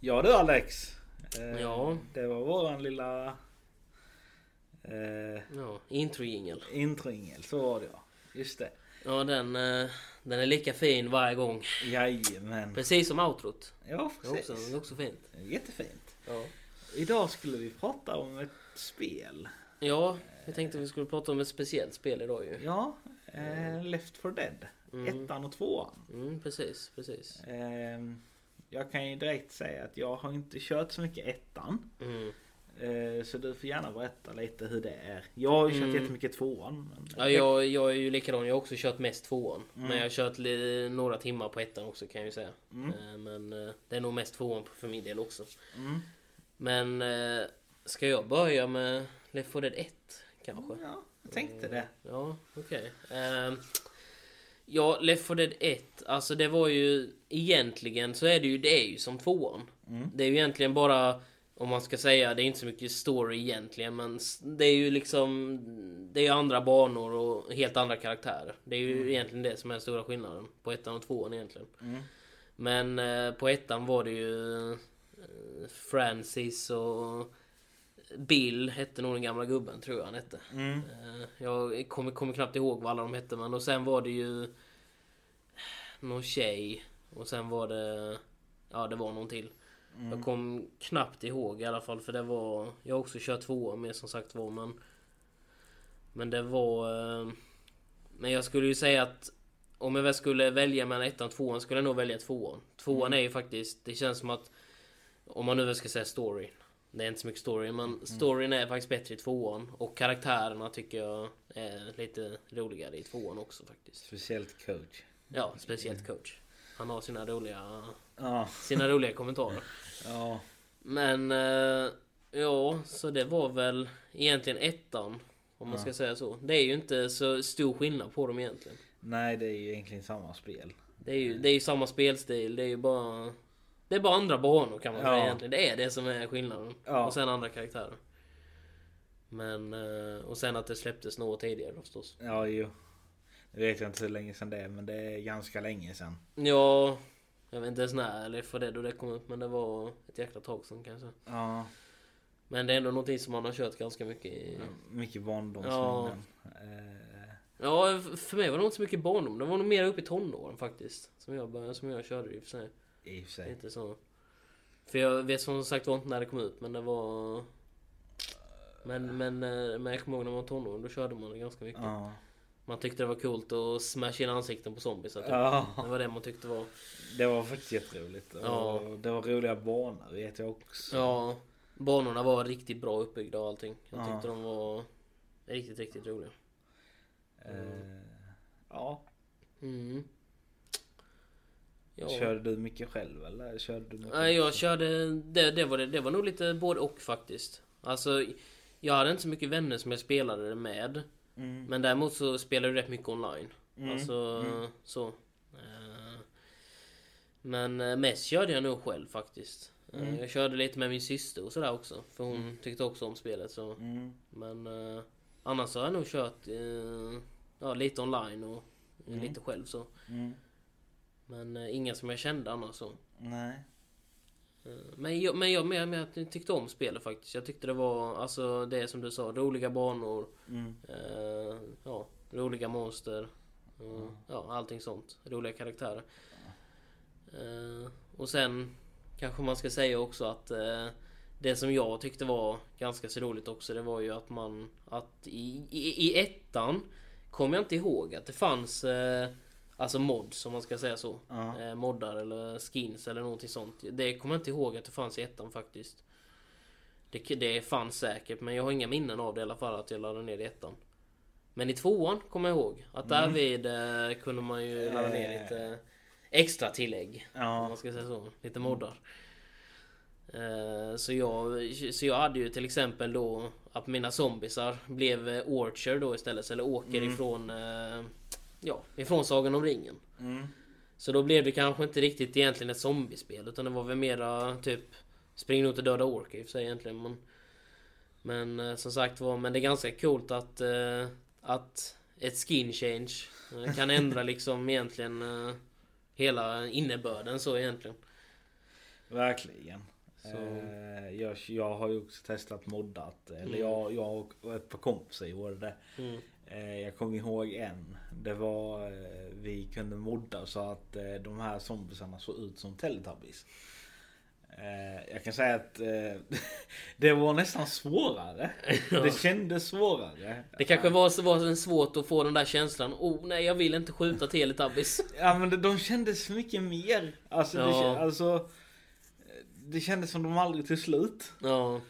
Ja du Alex. Eh, Ja. Det var våran lilla eh, Ja, introjingel. introingel. Så var det ja. Just det. Ja, den, eh, den är lika fin varje gång. Jajamän. Precis som outrot. Ja Det är också, det är precis. också fint. Jättefint. Ja. Idag skulle vi prata om ett spel. ja, jag tänkte vi skulle prata om ett speciellt spel idag ju. Ja. Eh, Left for Dead. Ettan och tvåan. Mm, precis, precis. Ehm, jag kan ju direkt säga att jag har inte kört så mycket ettan. Mm. Eh, så du får gärna berätta lite hur det är. Jag har ju kört Mm. jättemycket tvåan. Men Ja, jag, jag är ju likadan, jag har också kört mest tvåan. Mm. Men jag har kört li- några timmar på ettan också kan jag ju säga. Mm. Eh, Men eh, det är nog mest tvåan för min del också. Mm. Men eh, ska jag börja med Left 4 Dead 1 kanske? Ja, jag tänkte det. Ja, okej. Ehm, ja, Left 4 Dead 1, alltså det var ju egentligen så är det ju, det är ju som tvåan. Mm. Det är ju egentligen bara, om man ska säga, det är inte så mycket story egentligen, men s- det är ju liksom, det är ju andra banor och helt andra karaktärer. Det är ju egentligen det som är den stora skillnaden på ettan och tvåan egentligen. Mm. Men eh, på ettan var det ju eh, Francis och Bill hette nog den gamla gubben tror jag han hette. Mm. Eh, Jag kommer, kommer knappt ihåg vad alla de hette men och sen var det ju någon tjej och sen var det ja det var någon till. Jag kom knappt ihåg i alla fall för det var jag har också kört tvåa med som sagt var men men det var eh, men jag skulle ju säga att om jag väl skulle välja mellan ettan och tvåan skulle jag nog välja tvåan. Tvåan är ju faktiskt det känns som att om man nu ska säga story. Det är inte så mycket story men storyn är faktiskt bättre i tvåan och karaktärerna tycker jag är lite roligare i tvåan också faktiskt. Speciellt coach. Ja, speciellt coach. Han har sina roliga, Ja, sina roliga kommentarer. ja. Men eh, ja, så det var väl egentligen ettan. Om man ska säga så. Det är ju inte så stor skillnad på dem egentligen. Nej, det är ju egentligen samma spel. Det är ju, det är ju samma spelstil, det är ju bara... Det är bara andra banor kan man Ja. säga egentligen. Det är det som är skillnaden. Ja. Och sen andra karaktärer. Men... eh, Och sen att det släpptes något tidigare då förstås. Ja, jo. Det vet jag inte hur länge sedan det är, men det är ganska länge sedan. Ja... Jag vet inte ens när eller för det då det kom upp men det var ett jäkla tag sedan kanske. Ja, Men det är ändå någonting som man har kört ganska mycket i. mycket barndomsminnen. Eh, Ja, f- för mig var det nog inte så mycket barndom. Det var nog mer uppe i tonåren faktiskt. Som jag, började, som jag körde i och för sig. I och för sig. Inte så... För jag vet som sagt var inte när det kom ut men det var... Men, men, eh, men jag kommer ihåg när man var tonåring, då körde man det ganska mycket. Ja. Man tyckte det var coolt att smasha in ansikten på zombies. Typ. ja, Det var det man tyckte var... det var faktiskt jätteroligt. Och Ja. Det var roliga banor vet jag också. Ja, banorna var riktigt bra uppbyggda och allting. Jag Ja. tyckte de var riktigt, riktigt roliga. Eh, ja. Mm. Ja. Körde du mycket själv eller? Körde du mycket? Nej, jag körde... Det, det, var det, det var nog lite både och faktiskt. Alltså, jag hade inte så mycket vänner som jag spelade det med. Mm. Men däremot så spelade jag rätt mycket online. Alltså, så. Eh, Men eh, mest körde jag nog själv faktiskt. Eh, Jag körde lite med min syster och sådär också. För hon tyckte också om spelet. Så. Mm. Men eh, annars har jag nog kört eh, ja, lite online och eh, lite själv så. Mm. Men eh, inga som jag kände annars så. Nej. Eh, Men jag, men, jag, men, jag, men jag tyckte om spelet faktiskt. Jag tyckte det var, alltså det som du sa, roliga banor. Mm. Eh, ja, roliga monster. eh, Ja, allting sånt. Roliga karaktärer. Eh, och sen kanske man ska säga också att eh, det som jag tyckte var ganska så roligt också det var ju att man att i, i, i ettan kom jag inte ihåg att det fanns eh, alltså mods om man ska säga så. Ja. Eh, moddar eller skins eller någonting sånt. Det kommer jag inte ihåg att det fanns i ettan faktiskt. Det, det fanns säkert men jag har inga minnen av det i alla fall att jag laddade ner i ettan. Men i tvåan kommer jag ihåg att Mm. därvid eh, kunde man ju ladda ner lite extra tillägg. Om Ja. man ska säga så. Lite moddar. Eh, Så jag, så jag hade ju till exempel då att mina zombisar blev eh, Orcher då istället, eller Åker ifrån eh, Ja, ifrån Sagan om ringen. Mm. Så då blev det kanske inte riktigt egentligen ett zombiespel utan det var väl mera typ Spring runt och döda orker i och för sig egentligen men Men eh, som sagt var, men det är ganska coolt att eh, Att ett skin change eh, kan ändra liksom egentligen eh, Hela innebörden så egentligen Verkligen. Så, Eh, Jag, jag har ju också testat moddat. Eller jag, jag och ett par kompisar gjorde det. mm, Eh, Jag kommer ihåg en. Det var eh, vi kunde modda så att eh, de här zombisarna såg ut som Teletubbies. Eh, Jag kan säga att eh, det var nästan svårare. Det kändes svårare. det kanske var, så- var så svårt att få den där känslan. Oh nej, jag vill inte skjuta Teletubbies. Ja men de- de kändes så mycket mer. Alltså, det, Ja. kä- alltså, det kändes som de aldrig tog slut. Ja,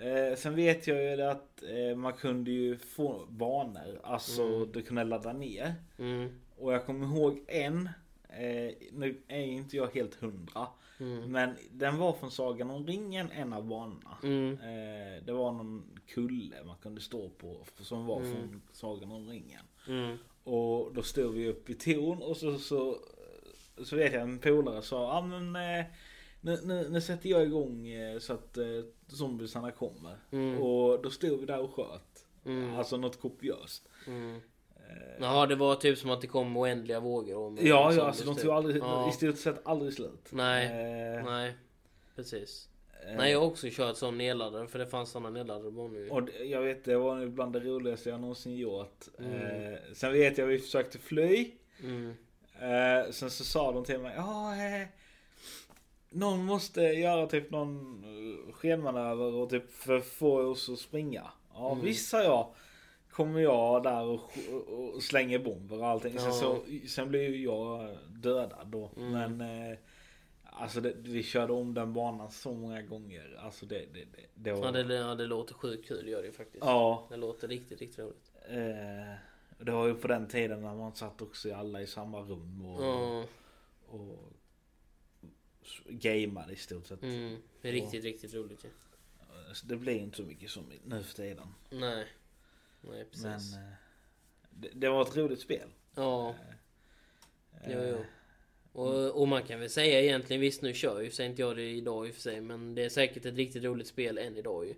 Eh, sen vet jag ju det att eh, man kunde ju få banor, alltså du kunde ladda ner. mm, Och jag kommer ihåg en, eh, nu är ju inte jag helt hundra, mm, men den var från Sagan om ringen, en av banorna. mm, Eh, det var någon kulle man kunde stå på som var från Sagan om ringen. mm, Och då stod vi upp i torn och så, så, så vet jag en polare sa ah, men eh, nu, nu, nu sätter jag igång eh, så att eh, zombisarna kommer. Mm. Och då stod vi där och sköt. Mm. Alltså något kopiöst. mm. Jaha, det var typ som att det kom oändliga vågor. Om, Eh. Ja, om ja alltså de zombies, typ. tog aldrig, Ja. i stort sett aldrig slut. Nej. Eh, Nej, precis. eh, Nej, jag har också kört som nedladdare för det fanns sådana nedladdare bara nu. Och det- jag vet det var bland det roligaste jag någonsin gjort. Eh, sen vet jag vi försökte fly. Mm. Eh, sen så sa de till mig, ja eh, Någon måste göra typ någon eh, skenmanöver och typ för få oss att springa. Ja Mm. visst sa jag. Kommer jag där och, och, och slänger bomber och allting. Sen, Ja. Mm. så, sen blev ju jag dödad då. Men eh, alltså det, vi körde om den banan så många gånger. Alltså det, det, det, det var... Ja, det, ja, det låter sjukt kul, det gör det ju faktiskt. ja. Det låter riktigt, riktigt roligt. Eh, det var ju på den tiden när man satt också i alla i samma rum och, Ja, och s- gamade i stort sett. mm. Det är riktigt, riktigt roligt ju. Så det blir ju inte så mycket som i- nu för tiden. Nej. Nej, precis. Men eh, det, det var ett roligt spel. Ja, Eh, jo, jo. Och, och man kan väl säga egentligen, visst nu kör ju för sig inte jag det idag i och för sig, men det är säkert ett riktigt roligt spel än idag ju.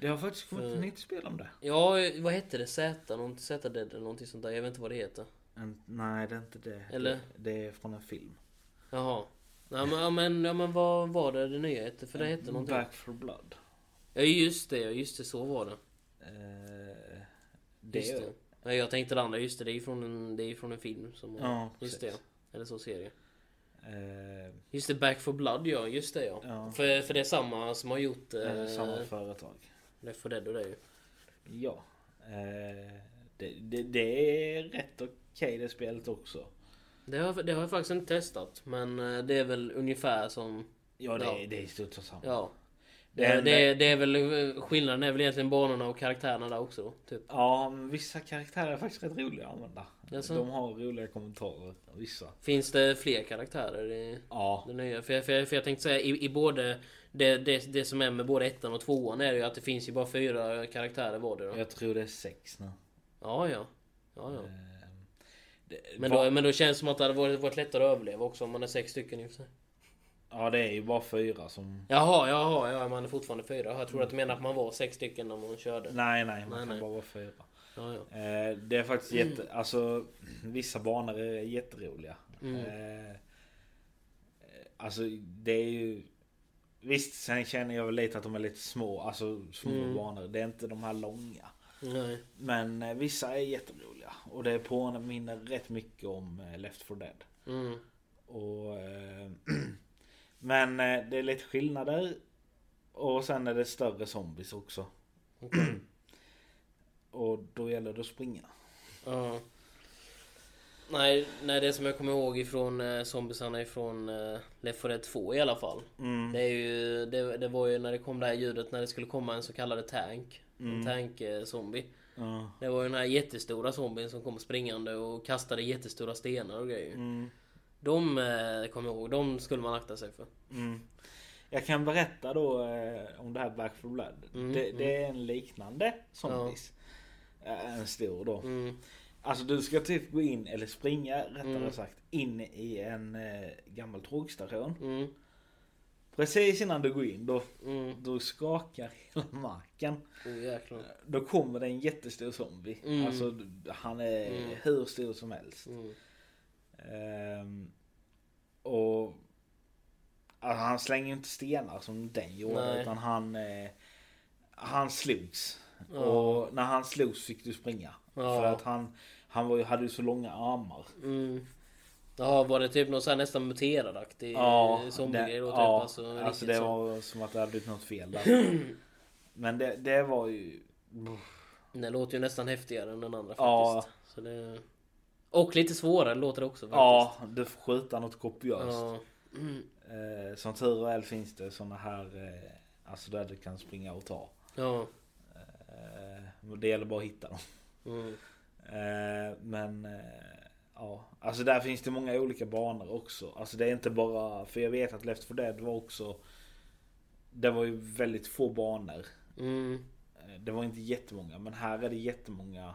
Det har faktiskt kommit ett nytt spel om det. Ja, vad hette det? Z? någon- Z Dead eller någonting sånt där? Jag vet inte vad det heter. En, nej det är inte det. Eller? Det, det är från en film. Jaha. Ja men, ja, men, ja, men vad var det det nya hette? För det hette någonting. Back for blood. Ja just det, ja, just det så var det. Eh, det det just det. Ja, jag tänkte det andra, just det, det är ju från en, det är ju från en film som Ja, Just det ja. Eller så serie. Eh, Just det, Back for Blood ja, just det ja. Ja. För, för det är samma som har gjort det är eh, samma företag. Left 4 Dead och det ju. Ja. Eh, det, det, det är rätt okej det spelet också. Det har, det har jag faktiskt inte testat men eh, det är väl ungefär som... Ja det, Ja. det är i stort sett samma. Ja. Det Det, det, enda- det, är väl eh, skillnaden är väl egentligen banorna och karaktärerna där också då, typ. Ja, men vissa karaktärer är faktiskt rätt roliga att använda. Jaså? De har roliga kommentarer, vissa. Finns det fler karaktärer i Ja. det nya? För jag, för jag, för jag tänkte säga i, i både det, det, det som är med både ettan och tvåan är ju att det finns ju bara fyra karaktärer var det då. Jag tror det är sex nu. Ja, ja. ja, ja. Eh, det- Men, va- då, men då känns det som att det hade varit, varit lättare att överleva också om man är sex stycken i och för sig. Ja det är ju bara fyra som... Jaha, jaha, ja, man är fortfarande fyra. Jag tror att du menar att man var sex stycken när man körde. Nej nej, man Nej, kan nej. Mm. bara vara fyra. Ja, ja. Eh, det är faktiskt jätte... Alltså vissa banor är jätteroliga. Mm. Eh, eh, alltså det är ju... Visst, sen känner jag väl lite att de är lite små. Alltså små Mm. banor. Det är inte de här långa. Nej. Men eh, vissa är jätteroliga. Och det påminner rätt mycket om eh, Left 4 Dead. Mm. Och, eh, men eh, det är lite skillnader. Och sen är det större zombies också. Okej. Och då gäller det att springa. Ja. Nej, nej, det som jag kommer ihåg ifrån eh, zombiesarna ifrån eh, Left 4 Dead 2 i alla fall. Mm. Det, är ju, det, det var ju när det kom det här ljudet när det skulle komma en så kallad tank. Mm. En tank-zombie. Ja. Det var ju den här jättestora zombien som kom springande och kastade jättestora stenar och grejer. Mm. De eh, kommer jag ihåg, de skulle man akta sig för. Mm. Jag kan berätta då eh, om det här Back for Blood. Mm, det, det är en liknande zombies. Eh, En stor då. Mm. Alltså du ska typ gå in, eller springa rättare sagt, in i en eh, gammal tågstation. Mm. Precis innan du går in då, Mm. då skakar hela marken. Oh, jäklar. Då kommer det en jättestor zombie. Mm. Alltså d- han är hur stor som helst. Mm. Ehm, och Alltså, han slänger ju inte stenar som den gjorde Nej. utan han... Eh, han slogs. Ja. Och när han slogs fick du springa. Ja. För att han, han var, ju- hade ju så långa armar. Mm. Jaha, var det typ någon sån här nästan muterad-aktig eh, zombiegrej då? Typ, ja, alltså, alltså, riktigt det så. var som att det hade blivit något fel där. Men det, det var ju... Den låter ju nästan häftigare än den andra Ja. faktiskt. Så det... Och lite svårare låter det också faktiskt. Ja, du får skjuta något kopiöst. Ja. Mm. Eh, som tur väl finns det såna här... Eh, alltså där du kan springa och ta. Ja. Eh, men det gäller bara att hitta dem. Mm. Eh, men eh, ja, alltså där finns det många olika banor också. Alltså det är inte bara, för jag vet att Left 4 Dead var också, det var ju väldigt få banor. Mm. Eh, Det var inte jättemånga, men här är det jättemånga.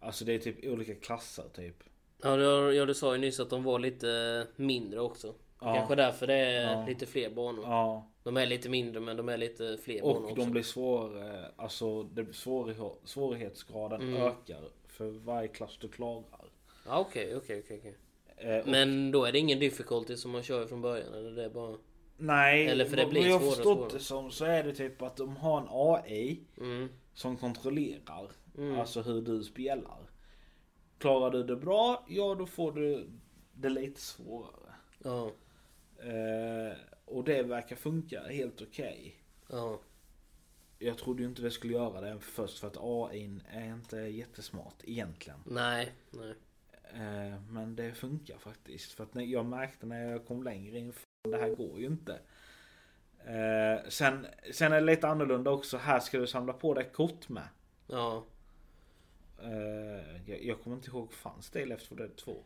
Alltså det är typ olika klasser typ. Ja, du, ja, du sa ju nyss att de var lite mindre också. Ja. Kanske därför det är Ja. lite fler banor. Ja, De är lite mindre men de är lite fler banor och också. de blir svårare, alltså det, svårigh- svårighetsgraden Mm. ökar för varje klass du klarar. Ja, okej, okej, okej. okej. Eh, och- Men då är det ingen difficulty som man kör från början eller det är bara... nej, eller för det vad- blir vad jag svårare och förstått svårare. det som så är det typ att de har en AI Mm. som kontrollerar Mm. alltså hur du spelar. Klarar du det bra, ja då får du det lite svårare. Ja. Eh, och det verkar funka helt okej. Ja. Jag trodde ju inte det skulle göra det först för att AI är inte jättesmart egentligen. Nej. Nej. Eh, men det funkar faktiskt. För att när jag märkte när jag kom längre in, fan det här går ju inte. Eh, sen, sen är det lite annorlunda också. Här ska du samla på dig kort med. Ja. Eh, jag, jag kommer inte ihåg, fanns det i Left 4 Dead 2?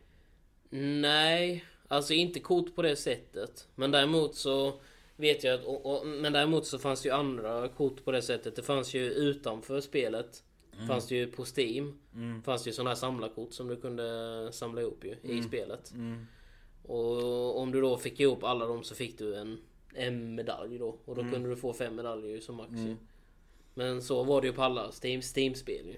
Nej, alltså inte kort på det sättet. Men däremot så vet jag att... Och, och, men däremot så fanns det ju andra kort på det sättet. Det fanns ju utanför spelet. Fanns det ju på Steam. Fanns det ju sådana här samlarkort som du kunde samla ihop ju i spelet. Och om du då fick ihop alla dem så fick du en, en medalj då. Och då kunde du få fem medaljer ju som max ju. Men så var det ju på alla Steam, Steam-spel ju.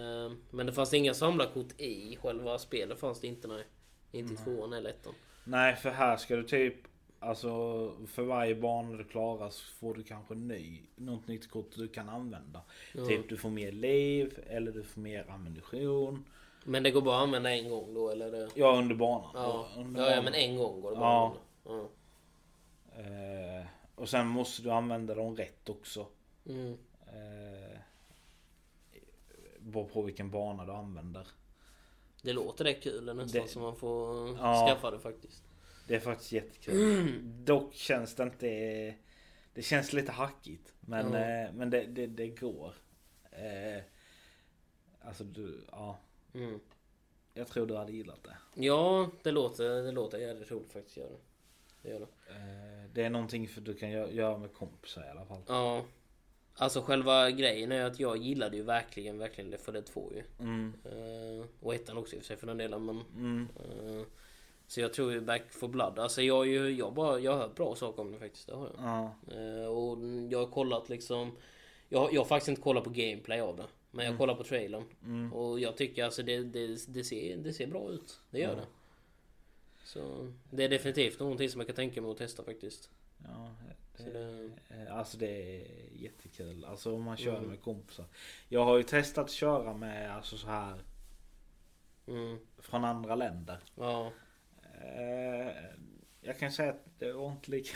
Ehm, Men det fanns inga samlarkort i själva spelet fanns det inte nej. Inte i tvåan eller ettan. Nej, för här ska du typ... Alltså för varje bana du klarar så får du kanske ny, något nytt kort du kan använda. Typ du får mer liv eller du får mer ammunition. Men det går bara att använda en gång då eller? Det... Ja, under banan. Ja. Under Ja, ja banan. men en gång går det bara Ja. att använda. Eh, och sen måste du använda dem rätt också. Ja. Mm. Eh, beror på vilken bana du använder. Det låter rätt kul nästan Det- så man får Ja. skaffa det faktiskt. Det är faktiskt jättekul. Dock känns det inte... Det känns lite hackigt. Men, Ja. eh, men det, det, det går. Eh, alltså du, ja. Mm. Jag tror du hade gillat det. Ja, det låter, det låter jävligt roligt faktiskt. Gör det. Det gör det. Eh, det är någonting för du kan gö- göra med kompisar i alla fall. Ja. Alltså själva grejen är att jag gillade ju verkligen, verkligen det för det två ju. Mm, Eh, och ettan också i och för sig för den delen men... mm, Eh, Så jag tror ju Back for Blood, alltså jag har ju, jag bara, jag har hört bra saker om det faktiskt, det har jag. ja. Eh, Och jag har kollat liksom, jag, har- jag har faktiskt inte kollat på gameplay av det. Men jag kollar på trailern. Och jag tycker alltså det, det, det, ser, det ser bra ut, det gör det. Så det är definitivt någonting som jag kan tänka mig att testa faktiskt. ja Så det, Eh, Alltså det är jättekul. Alltså om man kör med kompisar. Jag har ju testat köra med alltså så här mm, från andra länder. ja. Eh, jag kan säga att det var inte lika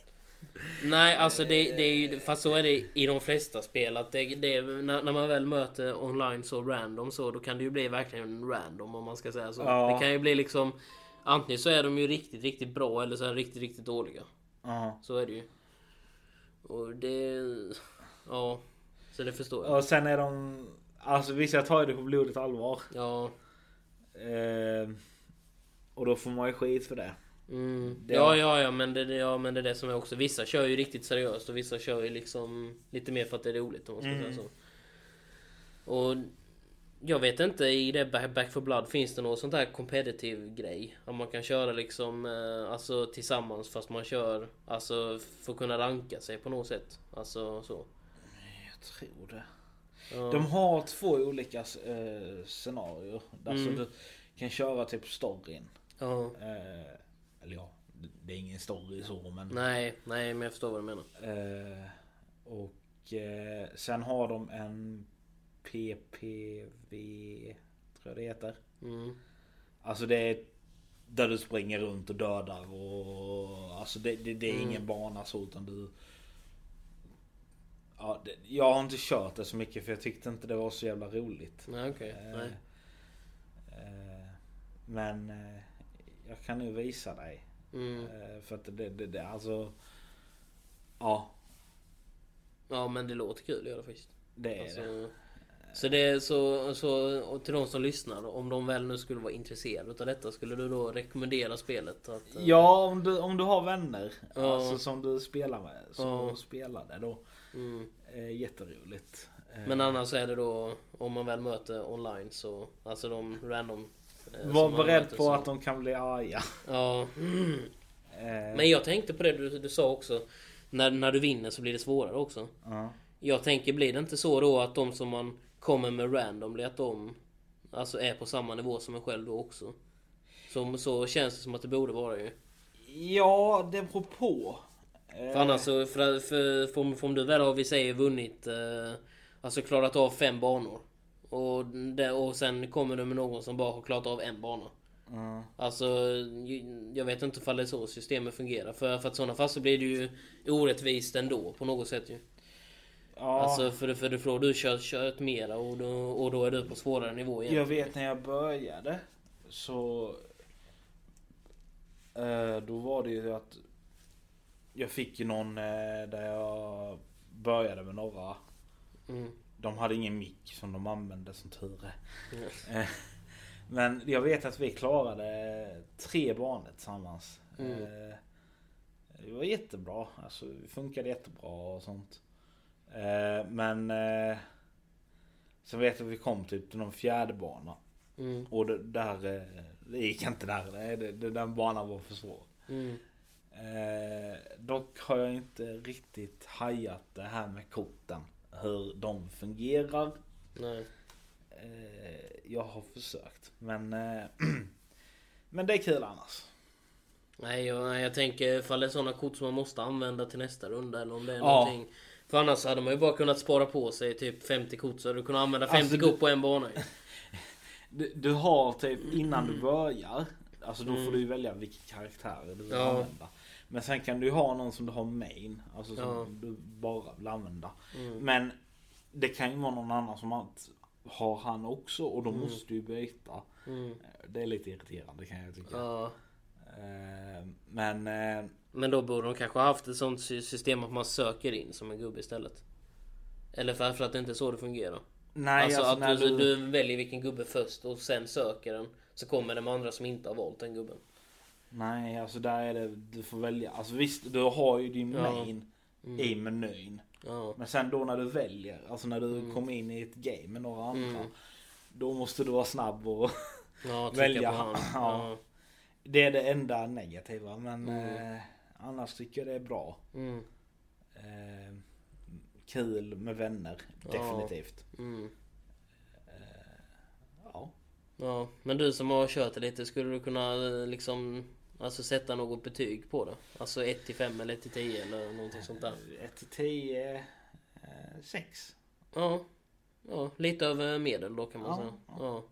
Nej, alltså det, det är ju, fast så är det i de flesta spel att det, det är, när, när man väl möter online så random så, då kan det ju bli verkligen random om man ska säga så. Ja. Det kan ju bli liksom, antingen så är de ju riktigt, riktigt bra eller så är de riktigt, riktigt dåliga. Ja. Så är det ju. Och det, ja. Så det förstår jag. Och sen är de... Alltså vissa tar ju det på blodigt allvar. Ja. Eh, och då får man ju skit för det. Mm. Det- Ja, ja, ja, men det, det- ja, men det är det som är också. Vissa kör ju riktigt seriöst och vissa kör ju liksom lite mer för att det är roligt om man ska säga så. Och jag vet inte, i det Back Back for Blood finns det någon sån där competitive grej? Om man kan köra liksom eh, alltså tillsammans fast man kör alltså för att kunna ranka sig på något sätt. Alltså så. Eh, Jag tror det. Ja. De har två olika eh, scenarier. Alltså du kan köra typ storyn. Ja. Eh, eller ja, det är ingen story så men... Nej, nej men jag förstår vad du menar. Eh, och eh, sen har de en PPV tror jag det heter. Mm. Alltså det är där du springer runt och dödar och alltså det, det, det är Mm. ingen bana så utan du... Ja, det, jag har inte kört det så mycket för jag tyckte inte det var så jävla roligt. Nej okej. Eh, Nej. eh, Men eh, jag kan nu visa dig. Mm. Eh, För att det, det, det alltså... Ja, Ja men det låter kul att göra faktiskt. det är det. Alltså, så det är så, så och till de som lyssnar, om de väl nu skulle vara intresserade utav detta, skulle du då rekommendera spelet? Att, eh, Ja, om du, om du har vänner Ja. alltså, som du spelar med så Ja. spela det då. Mm. Eh, jätteroligt. Eh, Men annars är det då, om man väl möter online så, alltså de random... eh, var som man beredd möter på så- att de kan bli arga. Ja. Eh, Men jag tänkte på det du, du sa också, när, när du vinner så blir det svårare också. ja. Jag tänker, blir det inte så då att de som man kommer med randomly, att de alltså är på samma nivå som en själv då också? Så, så känns det som att det borde vara ju. ja, det beror på. Eh, För annars så, för, för, för, om- för om du väl har, vi säger vunnit, eh, alltså klarat av fem banor. Och, det, och sen kommer du med någon som bara har klarat av en bana. Eh, ja. Alltså, ju- jag vet inte ifall det är så systemet fungerar. För, för att i sådana fall så blir det ju orättvist ändå på något sätt ju. ja, Alltså för, för du får du kört, kört mera och då, och då är du på svårare nivå igen. jag vet när jag började så... Eh, då var det ju att... Jag fick ju någon eh, där jag började med några Mm. De hade ingen mick som de använde som tur är. Mm. Eh, Men jag vet att vi klarade tre banor tillsammans. Mm. Eh, Det var jättebra. Alltså, det funkade jättebra och sånt. Eh, Men eh, sen vet jag att vi kom typ till någon fjärde bana. Mm. Och det, där, eh, det gick inte där. Nej, Det, det, den banan var för svår. Mm. Eh, dock har jag inte riktigt hajat det här med korten. Hur de fungerar. Nej. Eh, jag har försökt men... Eh, men det är kul annars. Nej, jag, nej, jag tänker ifall det är sådana kort som man måste använda till nästa runda eller om det är Ja. någonting. För annars hade man ju bara kunnat spara på sig typ 50 kort så hade du kunnat använda 50 Alltså, kort på en bana ju. Du, du har typ innan du börjar, alltså då får du ju välja vilka karaktärer du vill Ja. använda. Men sen kan du ju ha någon som du har main, alltså som Ja. du bara vill använda. Mm. Men det kan ju vara någon annan som att- har han också och då måste du ju byta. Eh, Mm. Det är lite irriterande kan jag tycka. Ja. Eh, men... Eh, Men då borde de kanske ha haft ett sånt sy- system att man söker in som en gubbe istället. Eller för, för att det inte är så det fungerar. nej alltså, alltså, när att du, du... du väljer vilken gubbe först och sen söker den. Så kommer de andra som inte har valt den gubben. Nej, alltså där är det, du får välja. Alltså visst, du har ju din Ja. Mm. main i menyn. Ja. Men sen då när du väljer, alltså när du Mm. kommer in i ett game med några andra. Då måste du vara snabb och... Ja, trycka Välja. på han. Ja. Ja. Det är det enda negativa men eh, annars tycker jag det är bra. Mm. Eh, kul med vänner, Ja. definitivt. Mm. Ja. ja. Men du som har kört det lite, skulle du kunna eh, liksom Alltså sätta något betyg på det? Alltså 1 till 5 eller 1 till 10 eller någonting sånt där? 1 till eh, 10, 6. Ja. Ja, lite över medel då kan man Ja, säga. Ja.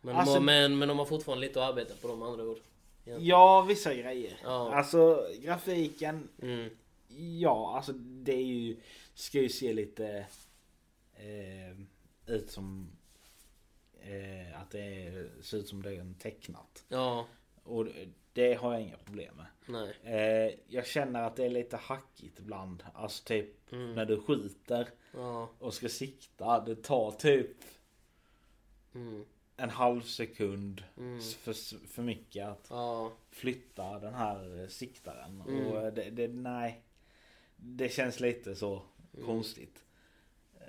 Men, Alltså- de har, men, men de har fortfarande lite att arbeta på de andra ord. Ja. Ja, vissa grejer. Ja. Alltså grafiken, Mm. Ja, alltså det är ju, ska ju se lite eh, ut som eh, att det är, ser ut som det är tecknat. Ja. Och det har jag inga problem med. Nej. Eh, jag känner att det är lite hackigt ibland. Alltså typ när du skjuter Ja. och ska sikta. Det tar typ Mm. en halv sekund för, för mycket att Ja. flytta den här eh, siktaren. Mm. Och det, det, nej. Det känns lite så Mm. konstigt. Eh,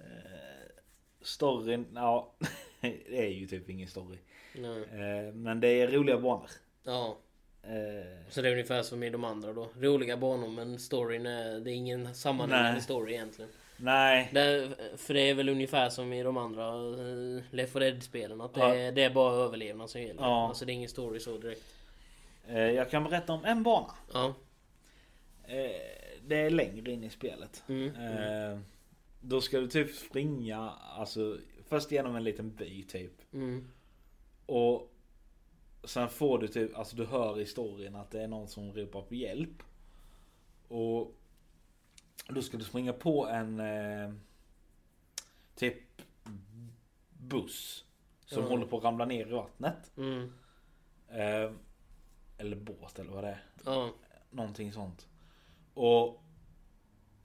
storyn, ja. det är ju typ ingen story. Nej. Eh, men det är roliga banor. Ja. Eh, Så det är ungefär som i de andra då. Roliga banor men storyn är, det är ingen sammanhängande Nej. story egentligen. nej. Det, är- för det är väl ungefär som i de andra eh, Left 4 Dead-spelen. Att det, Ja. är, det är bara överlevnad som gäller. Ja. Alltså det är ingen story så direkt. Eh, Eh, Jag kan berätta om en bana. Ja. Eh, Det är längre in i spelet. Mm. Eh, Då ska du typ springa, alltså först genom en liten by typ. Mm. Och sen får du typ, alltså du hör i historien att det är någon som ropar på hjälp. Och då ska du springa på en eh, typ buss. Som Ja. håller på att ramla ner i vattnet. Mm. Eh, eller båt eller vad det är. Ja. Någonting sånt. Och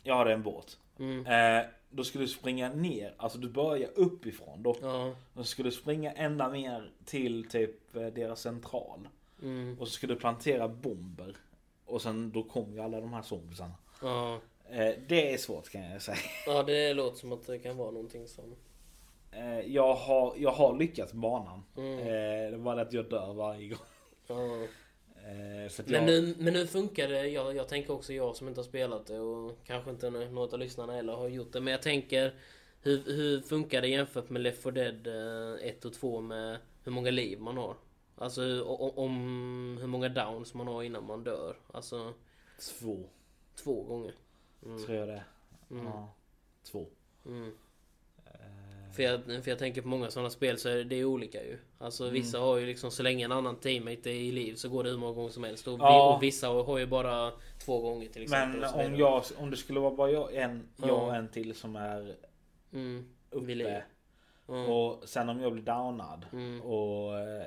ja, det är en båt. Mm. Eh, då ska du springa ner, alltså du börjar uppifrån då. Ja. Och så ska du springa ända ner till typ eh, deras central. Mm. Och så ska du plantera bomber. Och sen då kommer ju alla de här zombisarna. Ja. Eh, det är svårt kan jag säga. Ja, det låter som att det kan vara någonting som... Eh, jag, har, jag har lyckats banan. Mm. Eh, det var det att jag dör varje gång. Ja. Eh, så att jag, Men nu, men nu funkar det. Jag, jag tänker också jag som inte har spelat det och kanske inte något av lyssnarna heller har gjort det. Men jag tänker hur, hur funkar det jämfört med Left 4 Dead eh, 1 och 2 med hur många liv man har? Alltså hur- o- o- om hur många downs man har innan man dör. Alltså Två, två gånger. tror jag det är. Ja, två. Mm. För, jag, för jag tänker på många sådana spel så är det, det är olika ju. Alltså Mm. vissa har ju liksom så länge en annan teammate är i liv så går det hur många gånger som helst. Och, vi- Ja. och vissa har, har ju bara två gånger till exempel. Mm. Men och så vidare. om, jag, om det skulle vara bara jag, en, jag Ja. och en till som är Mm. uppe. Vid liv. Mm. Och sen om jag blir downad Mm. och eh,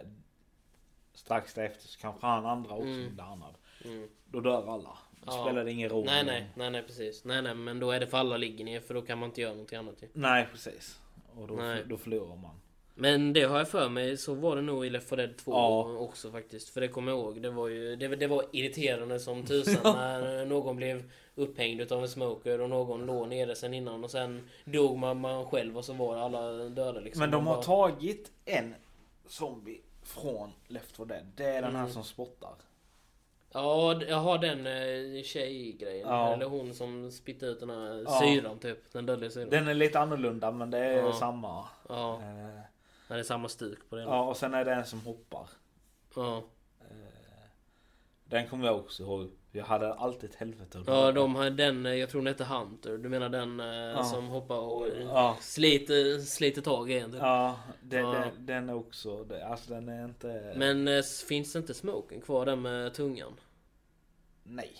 strax därefter så kanske han andra också Mm. blir downad. Mm. Då dör alla. Då Ja. spelar det ingen roll. Nej, om- nej, nej, nej, precis. Nej, nej, men då är det för alla ligger ner för då kan man inte göra någonting annat ju. Nej, precis. Och då, Nej. då förlorar man. Men det har jag för mig, så var det nog i Left 4 Dead 2 Ja. också faktiskt. För det kommer jag ihåg. Det var ju det, det var irriterande som tusan när någon blev upphängd utav en smoker och någon låg nere sen innan och sen dog man, man själv och så var alla döda liksom. Men de Man har bara- tagit en zombie från Left 4 Dead. Det är den Mm. här som spottar. Ja, d- jag har den eh, tjejgrejen. Ja. Eller hon som spittade ut den här Ja. syran typ. Den dödliga syran. Den är lite annorlunda men det är Ja. samma. Ja, Eh, det är samma stuk på den. ja, och sen är det en som hoppar. Ja. Den kommer jag också ihåg. Jag hade alltid ett helvete att Ja, döda. de har den, eh, jag tror den hette Hunter. Du menar den eh, som hoppar och eh, Ja. sliter, sliter tag i en. typ. Ja, det, Ja. Den, den är också... Det, alltså den är inte... Men eh, s- finns inte smoken kvar där med tungan? Nej.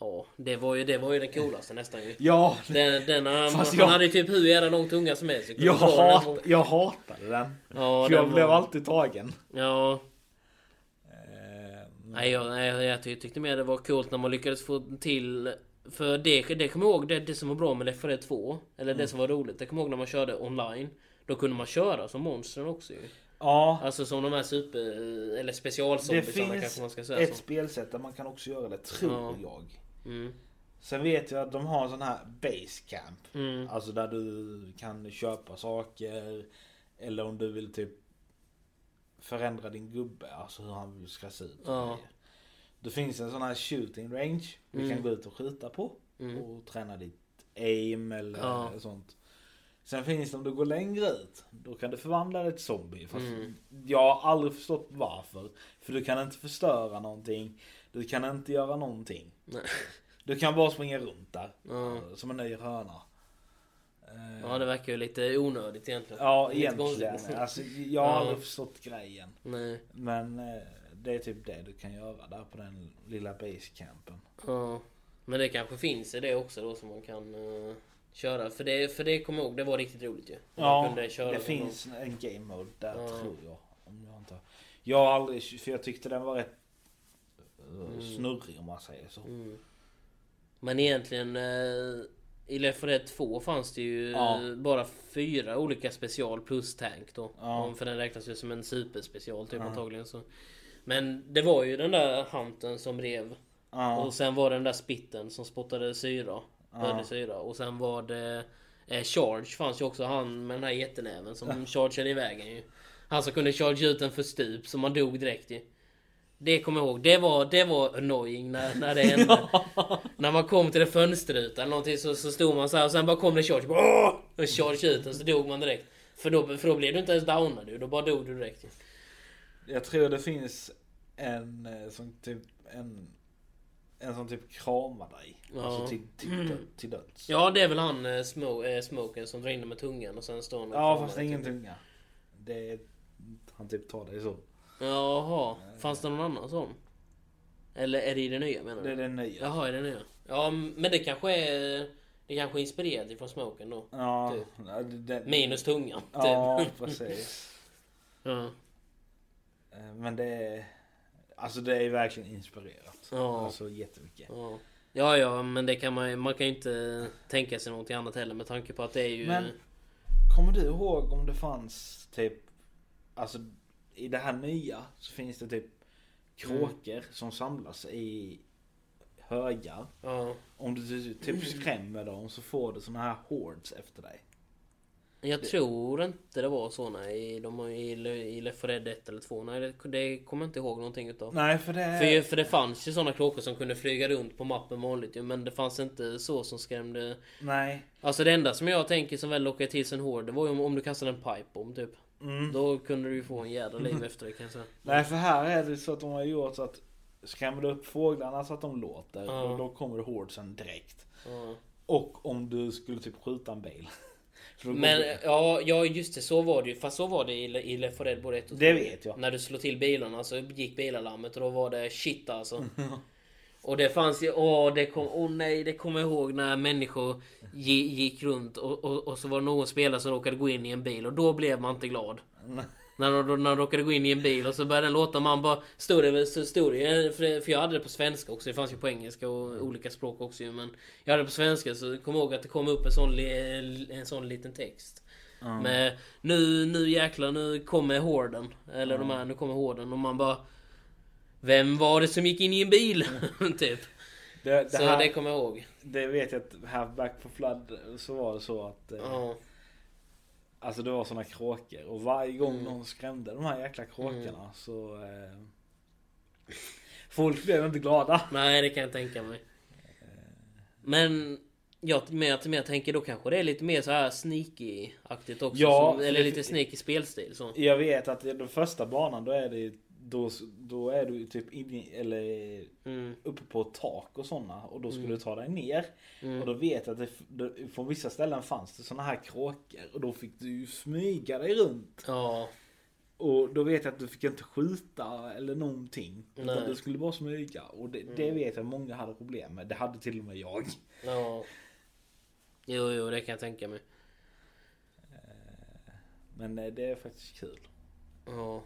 Ja, det var ju, det var ju den coolaste nästan ju. Ja! Den, den, han, Fast han jag- hade ju typ hur jävla lång tunga som helst. kunde Jag, dra den hat, mot- jag hatade den. Ja, För jag den blev var- alltid tagen. Ja, Eh, nej jag, nej, jag, jag ty- tyckte mer det var coolt när man lyckades få till för det, det kommer jag ihåg, det, det som var bra med Left 4 Dead 2 Eller Mm. det som var roligt, det kommer jag ihåg när man körde online Då kunde man köra som monstren också ju ja, Alltså som de här super... Eller det specialzombisarna finns kanske man ska säga ett så. spelsätt där man kan också göra det, tror Ja. jag. Mm. Sen vet jag att de har en sån här basecamp. Mm. Alltså där du kan köpa saker. Eller om du vill typ förändra din gubbe, alltså hur han ska se ut. och Ja. grejer. Det finns en sån här shooting range vi Mm. kan gå ut och skjuta på. Och träna ditt aim eller Ja. sånt. Sen finns det om du går längre ut, då kan du förvandla dig till zombie. Fast Mm. Jag har aldrig förstått varför. För du kan inte förstöra någonting. Du kan inte göra någonting. Nej. Du kan bara springa runt där. Ja. Som en ny höna. Eh, ja, det verkar ju lite onödigt egentligen. Ja, Lite egentligen. konstigt. Alltså, jag har Ja. aldrig förstått grejen. Nej. Men eh, det är typ det du kan göra där på den lilla basecampen. Ja. Men det kanske finns i det också då som man kan eh, köra. För det, för det kommer jag ihåg, det var riktigt roligt ju. Man Ja, kunde köra det som någon. finns en game mode där Ja. tror jag. Om jag, inte... har- jag har aldrig, för jag tyckte den var rätt eh, snurrig om man säger så. Mm. Men egentligen eh, i Left 4 Dead 2 fanns det ju eh, Ja. bara fyra olika special plus tank då. Ja. Om- För den räknas ju som en superspecial typ antagligen. Så. Men det var ju den där hanten som rev. Ja, Och sen var det den där spitten som spottade syra. Ja. Dödlig syra. Och sen var det eh, Charge fanns ju också han med den här jättenäven som chargeade i vägen ju. Han som kunde charge ut en för stup så man dog direkt ju. Det kommer jag ihåg. Det var, det var annoying när, när det hände. När man kom till det fönsterrutan eller någonting så, så stod man så här och sen bara kom det charge. Bara, "Åh!" och charge ut och så dog man direkt. För då, för då blev du inte ens downad du. Då bara dog du direkt ju. jag tror det finns en eh, som typ en, en som typ kramar dig. Ja. Alltså till, till, dö- till döds. Ja, Ja det är väl han eh, smo, eh, Smoken som drar in den med tungan och sen står han och kramar fast det är den ingen typ. tunga. Det är, han typ tar dig så. Jaha, fanns det någon annan sån? Eller är det i det nya menar du? Det är den nya. Jaha, är det nya? Ja m- men det kanske är... Det kanske är inspirerat ifrån Smoken då. Ja, Typ. ja, det- det- Minus tungan. Typ. Ja, precis. ja. Eh, Men det är, alltså det är verkligen inspirerat. Ja. Alltså jättemycket. Ja. Ja, ja, men det kan man ju... Man kan ju inte tänka sig någonting annat heller med tanke på att det är ju... Men- Kommer du ihåg om det fanns typ, alltså i det här nya så finns det typ kråkor Mm. som samlas i högar. Ja. Om du Mm. typ skrämmer dem så får du såna här hordes efter dig. Jag tror inte det var så nej. De har ju i, Le- i Left 4 Dead 1 eller 2. Nej, det, det kommer jag inte ihåg någonting utav. Nej för det är... För, för det fanns ju sådana kråkor som kunde flyga runt på mappen vanligt ju, men det fanns inte så som skrämde. Nej. Alltså det enda som jag tänker som väl lockade till sig en hård, det var ju om, om du kastade en pipebomb typ. Mm. Då kunde du ju få en jädra liv efter det kan jag säga. Nej för här är det så att de har gjort så att skrämmer du upp fåglarna så att de låter Ja. och då kommer det hordesen direkt. Ja. Och om du skulle typ skjuta en bil. För då går Men det- ja, ja just det, så var det ju. Fast så var det i, Le- i Left 4 Dead både ett och Det två. vet jag. När du slog till bilarna så gick bilalarmet och då var det shit alltså. Och det fanns ju, åh det kom, åh nej det kommer jag ihåg när människor gi, gick runt och, och, och så var det någon spelare som råkade gå in i en bil och då blev man inte glad. När de, när de råkade gå in i en bil och så började den låta man bara stod det, så stod det ju- för, för jag hade det på svenska också, det fanns ju på engelska och olika språk också ju, men Jag hade det på svenska så kom ihåg att det kom upp en sån, li, en sån liten text Med nu, nu jäklar nu kommer hården Eller de här, nu kommer hården och man bara Vem var det som gick in i en bil? typ det, det, Så här, det det... kommer jag ihåg vet jag att här back på flood så var det så att eh, Ja, Alltså det var såna kråkor och varje gång Mm. någon skrämde de här jäkla kråkorna så eh, Folk blev inte glada. nej det kan jag tänka mig Men jag, men jag, men jag tänker då kanske det är lite mer så här sneaky-aktigt också Ja, som, Eller det- lite sneaky spelstil så Jag vet att i den första banan då är det då, då är du ju typ in, i- eller Mm. uppe på ett tak och sådana och då skulle du ta dig ner. Mm. Och då vet jag att det, f- det, från vissa ställen fanns det såna här kråkor och då fick du ju smyga dig runt. Ja, Och då vet jag att du fick inte skjuta eller någonting. Nej. Mm. Utan du skulle bara smyga och det, det vet jag att många hade problem med. Det hade till och med jag. ja Jo, jo det kan jag tänka mig Men eh, det är faktiskt kul. Ja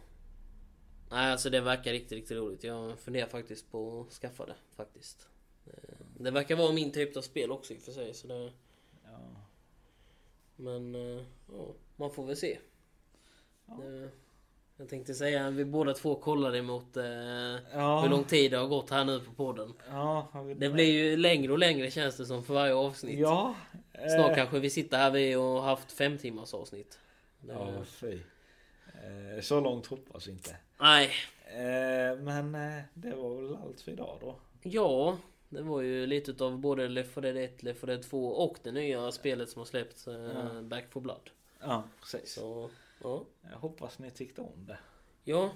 Nej alltså det verkar riktigt, riktigt roligt Jag funderar faktiskt på att skaffa det faktiskt Eh, Det verkar vara min typ av spel också i och för sig så det... Ja. Men eh, ja, man får väl se. Det- Jag tänkte säga vi båda två kollade emot eh, Ja. hur lång tid det har gått här nu på podden. Ja, har vi- Det blir ju längre och längre känns det som för varje avsnitt. Ja. eh, Snart kanske vi sitter här vi och haft fem timmars avsnitt. Det- Ja, fy. Eh, Så långt hoppas vi inte. Nej, Eh, Men eh, det var väl allt för idag då. ja. Det var ju lite utav både Left 4 Dead 1, Left 4 Dead 2 och det nya spelet som har släppts, eh, Back 4 Blood. Ja, precis. Så, ja. Jag hoppas ni tyckte om det. Ja,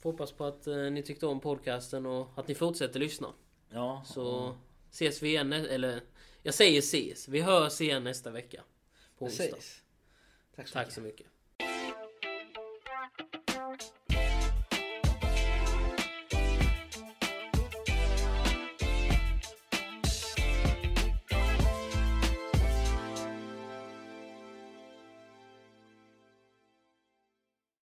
får hoppas på att eh, ni tyckte om podcasten och att ni fortsätter lyssna. Ja, Så ses vi igen, nä- eller jag säger ses, vi hörs igen nästa vecka. På onsdag. precis. Tack så Tack mycket. så mycket.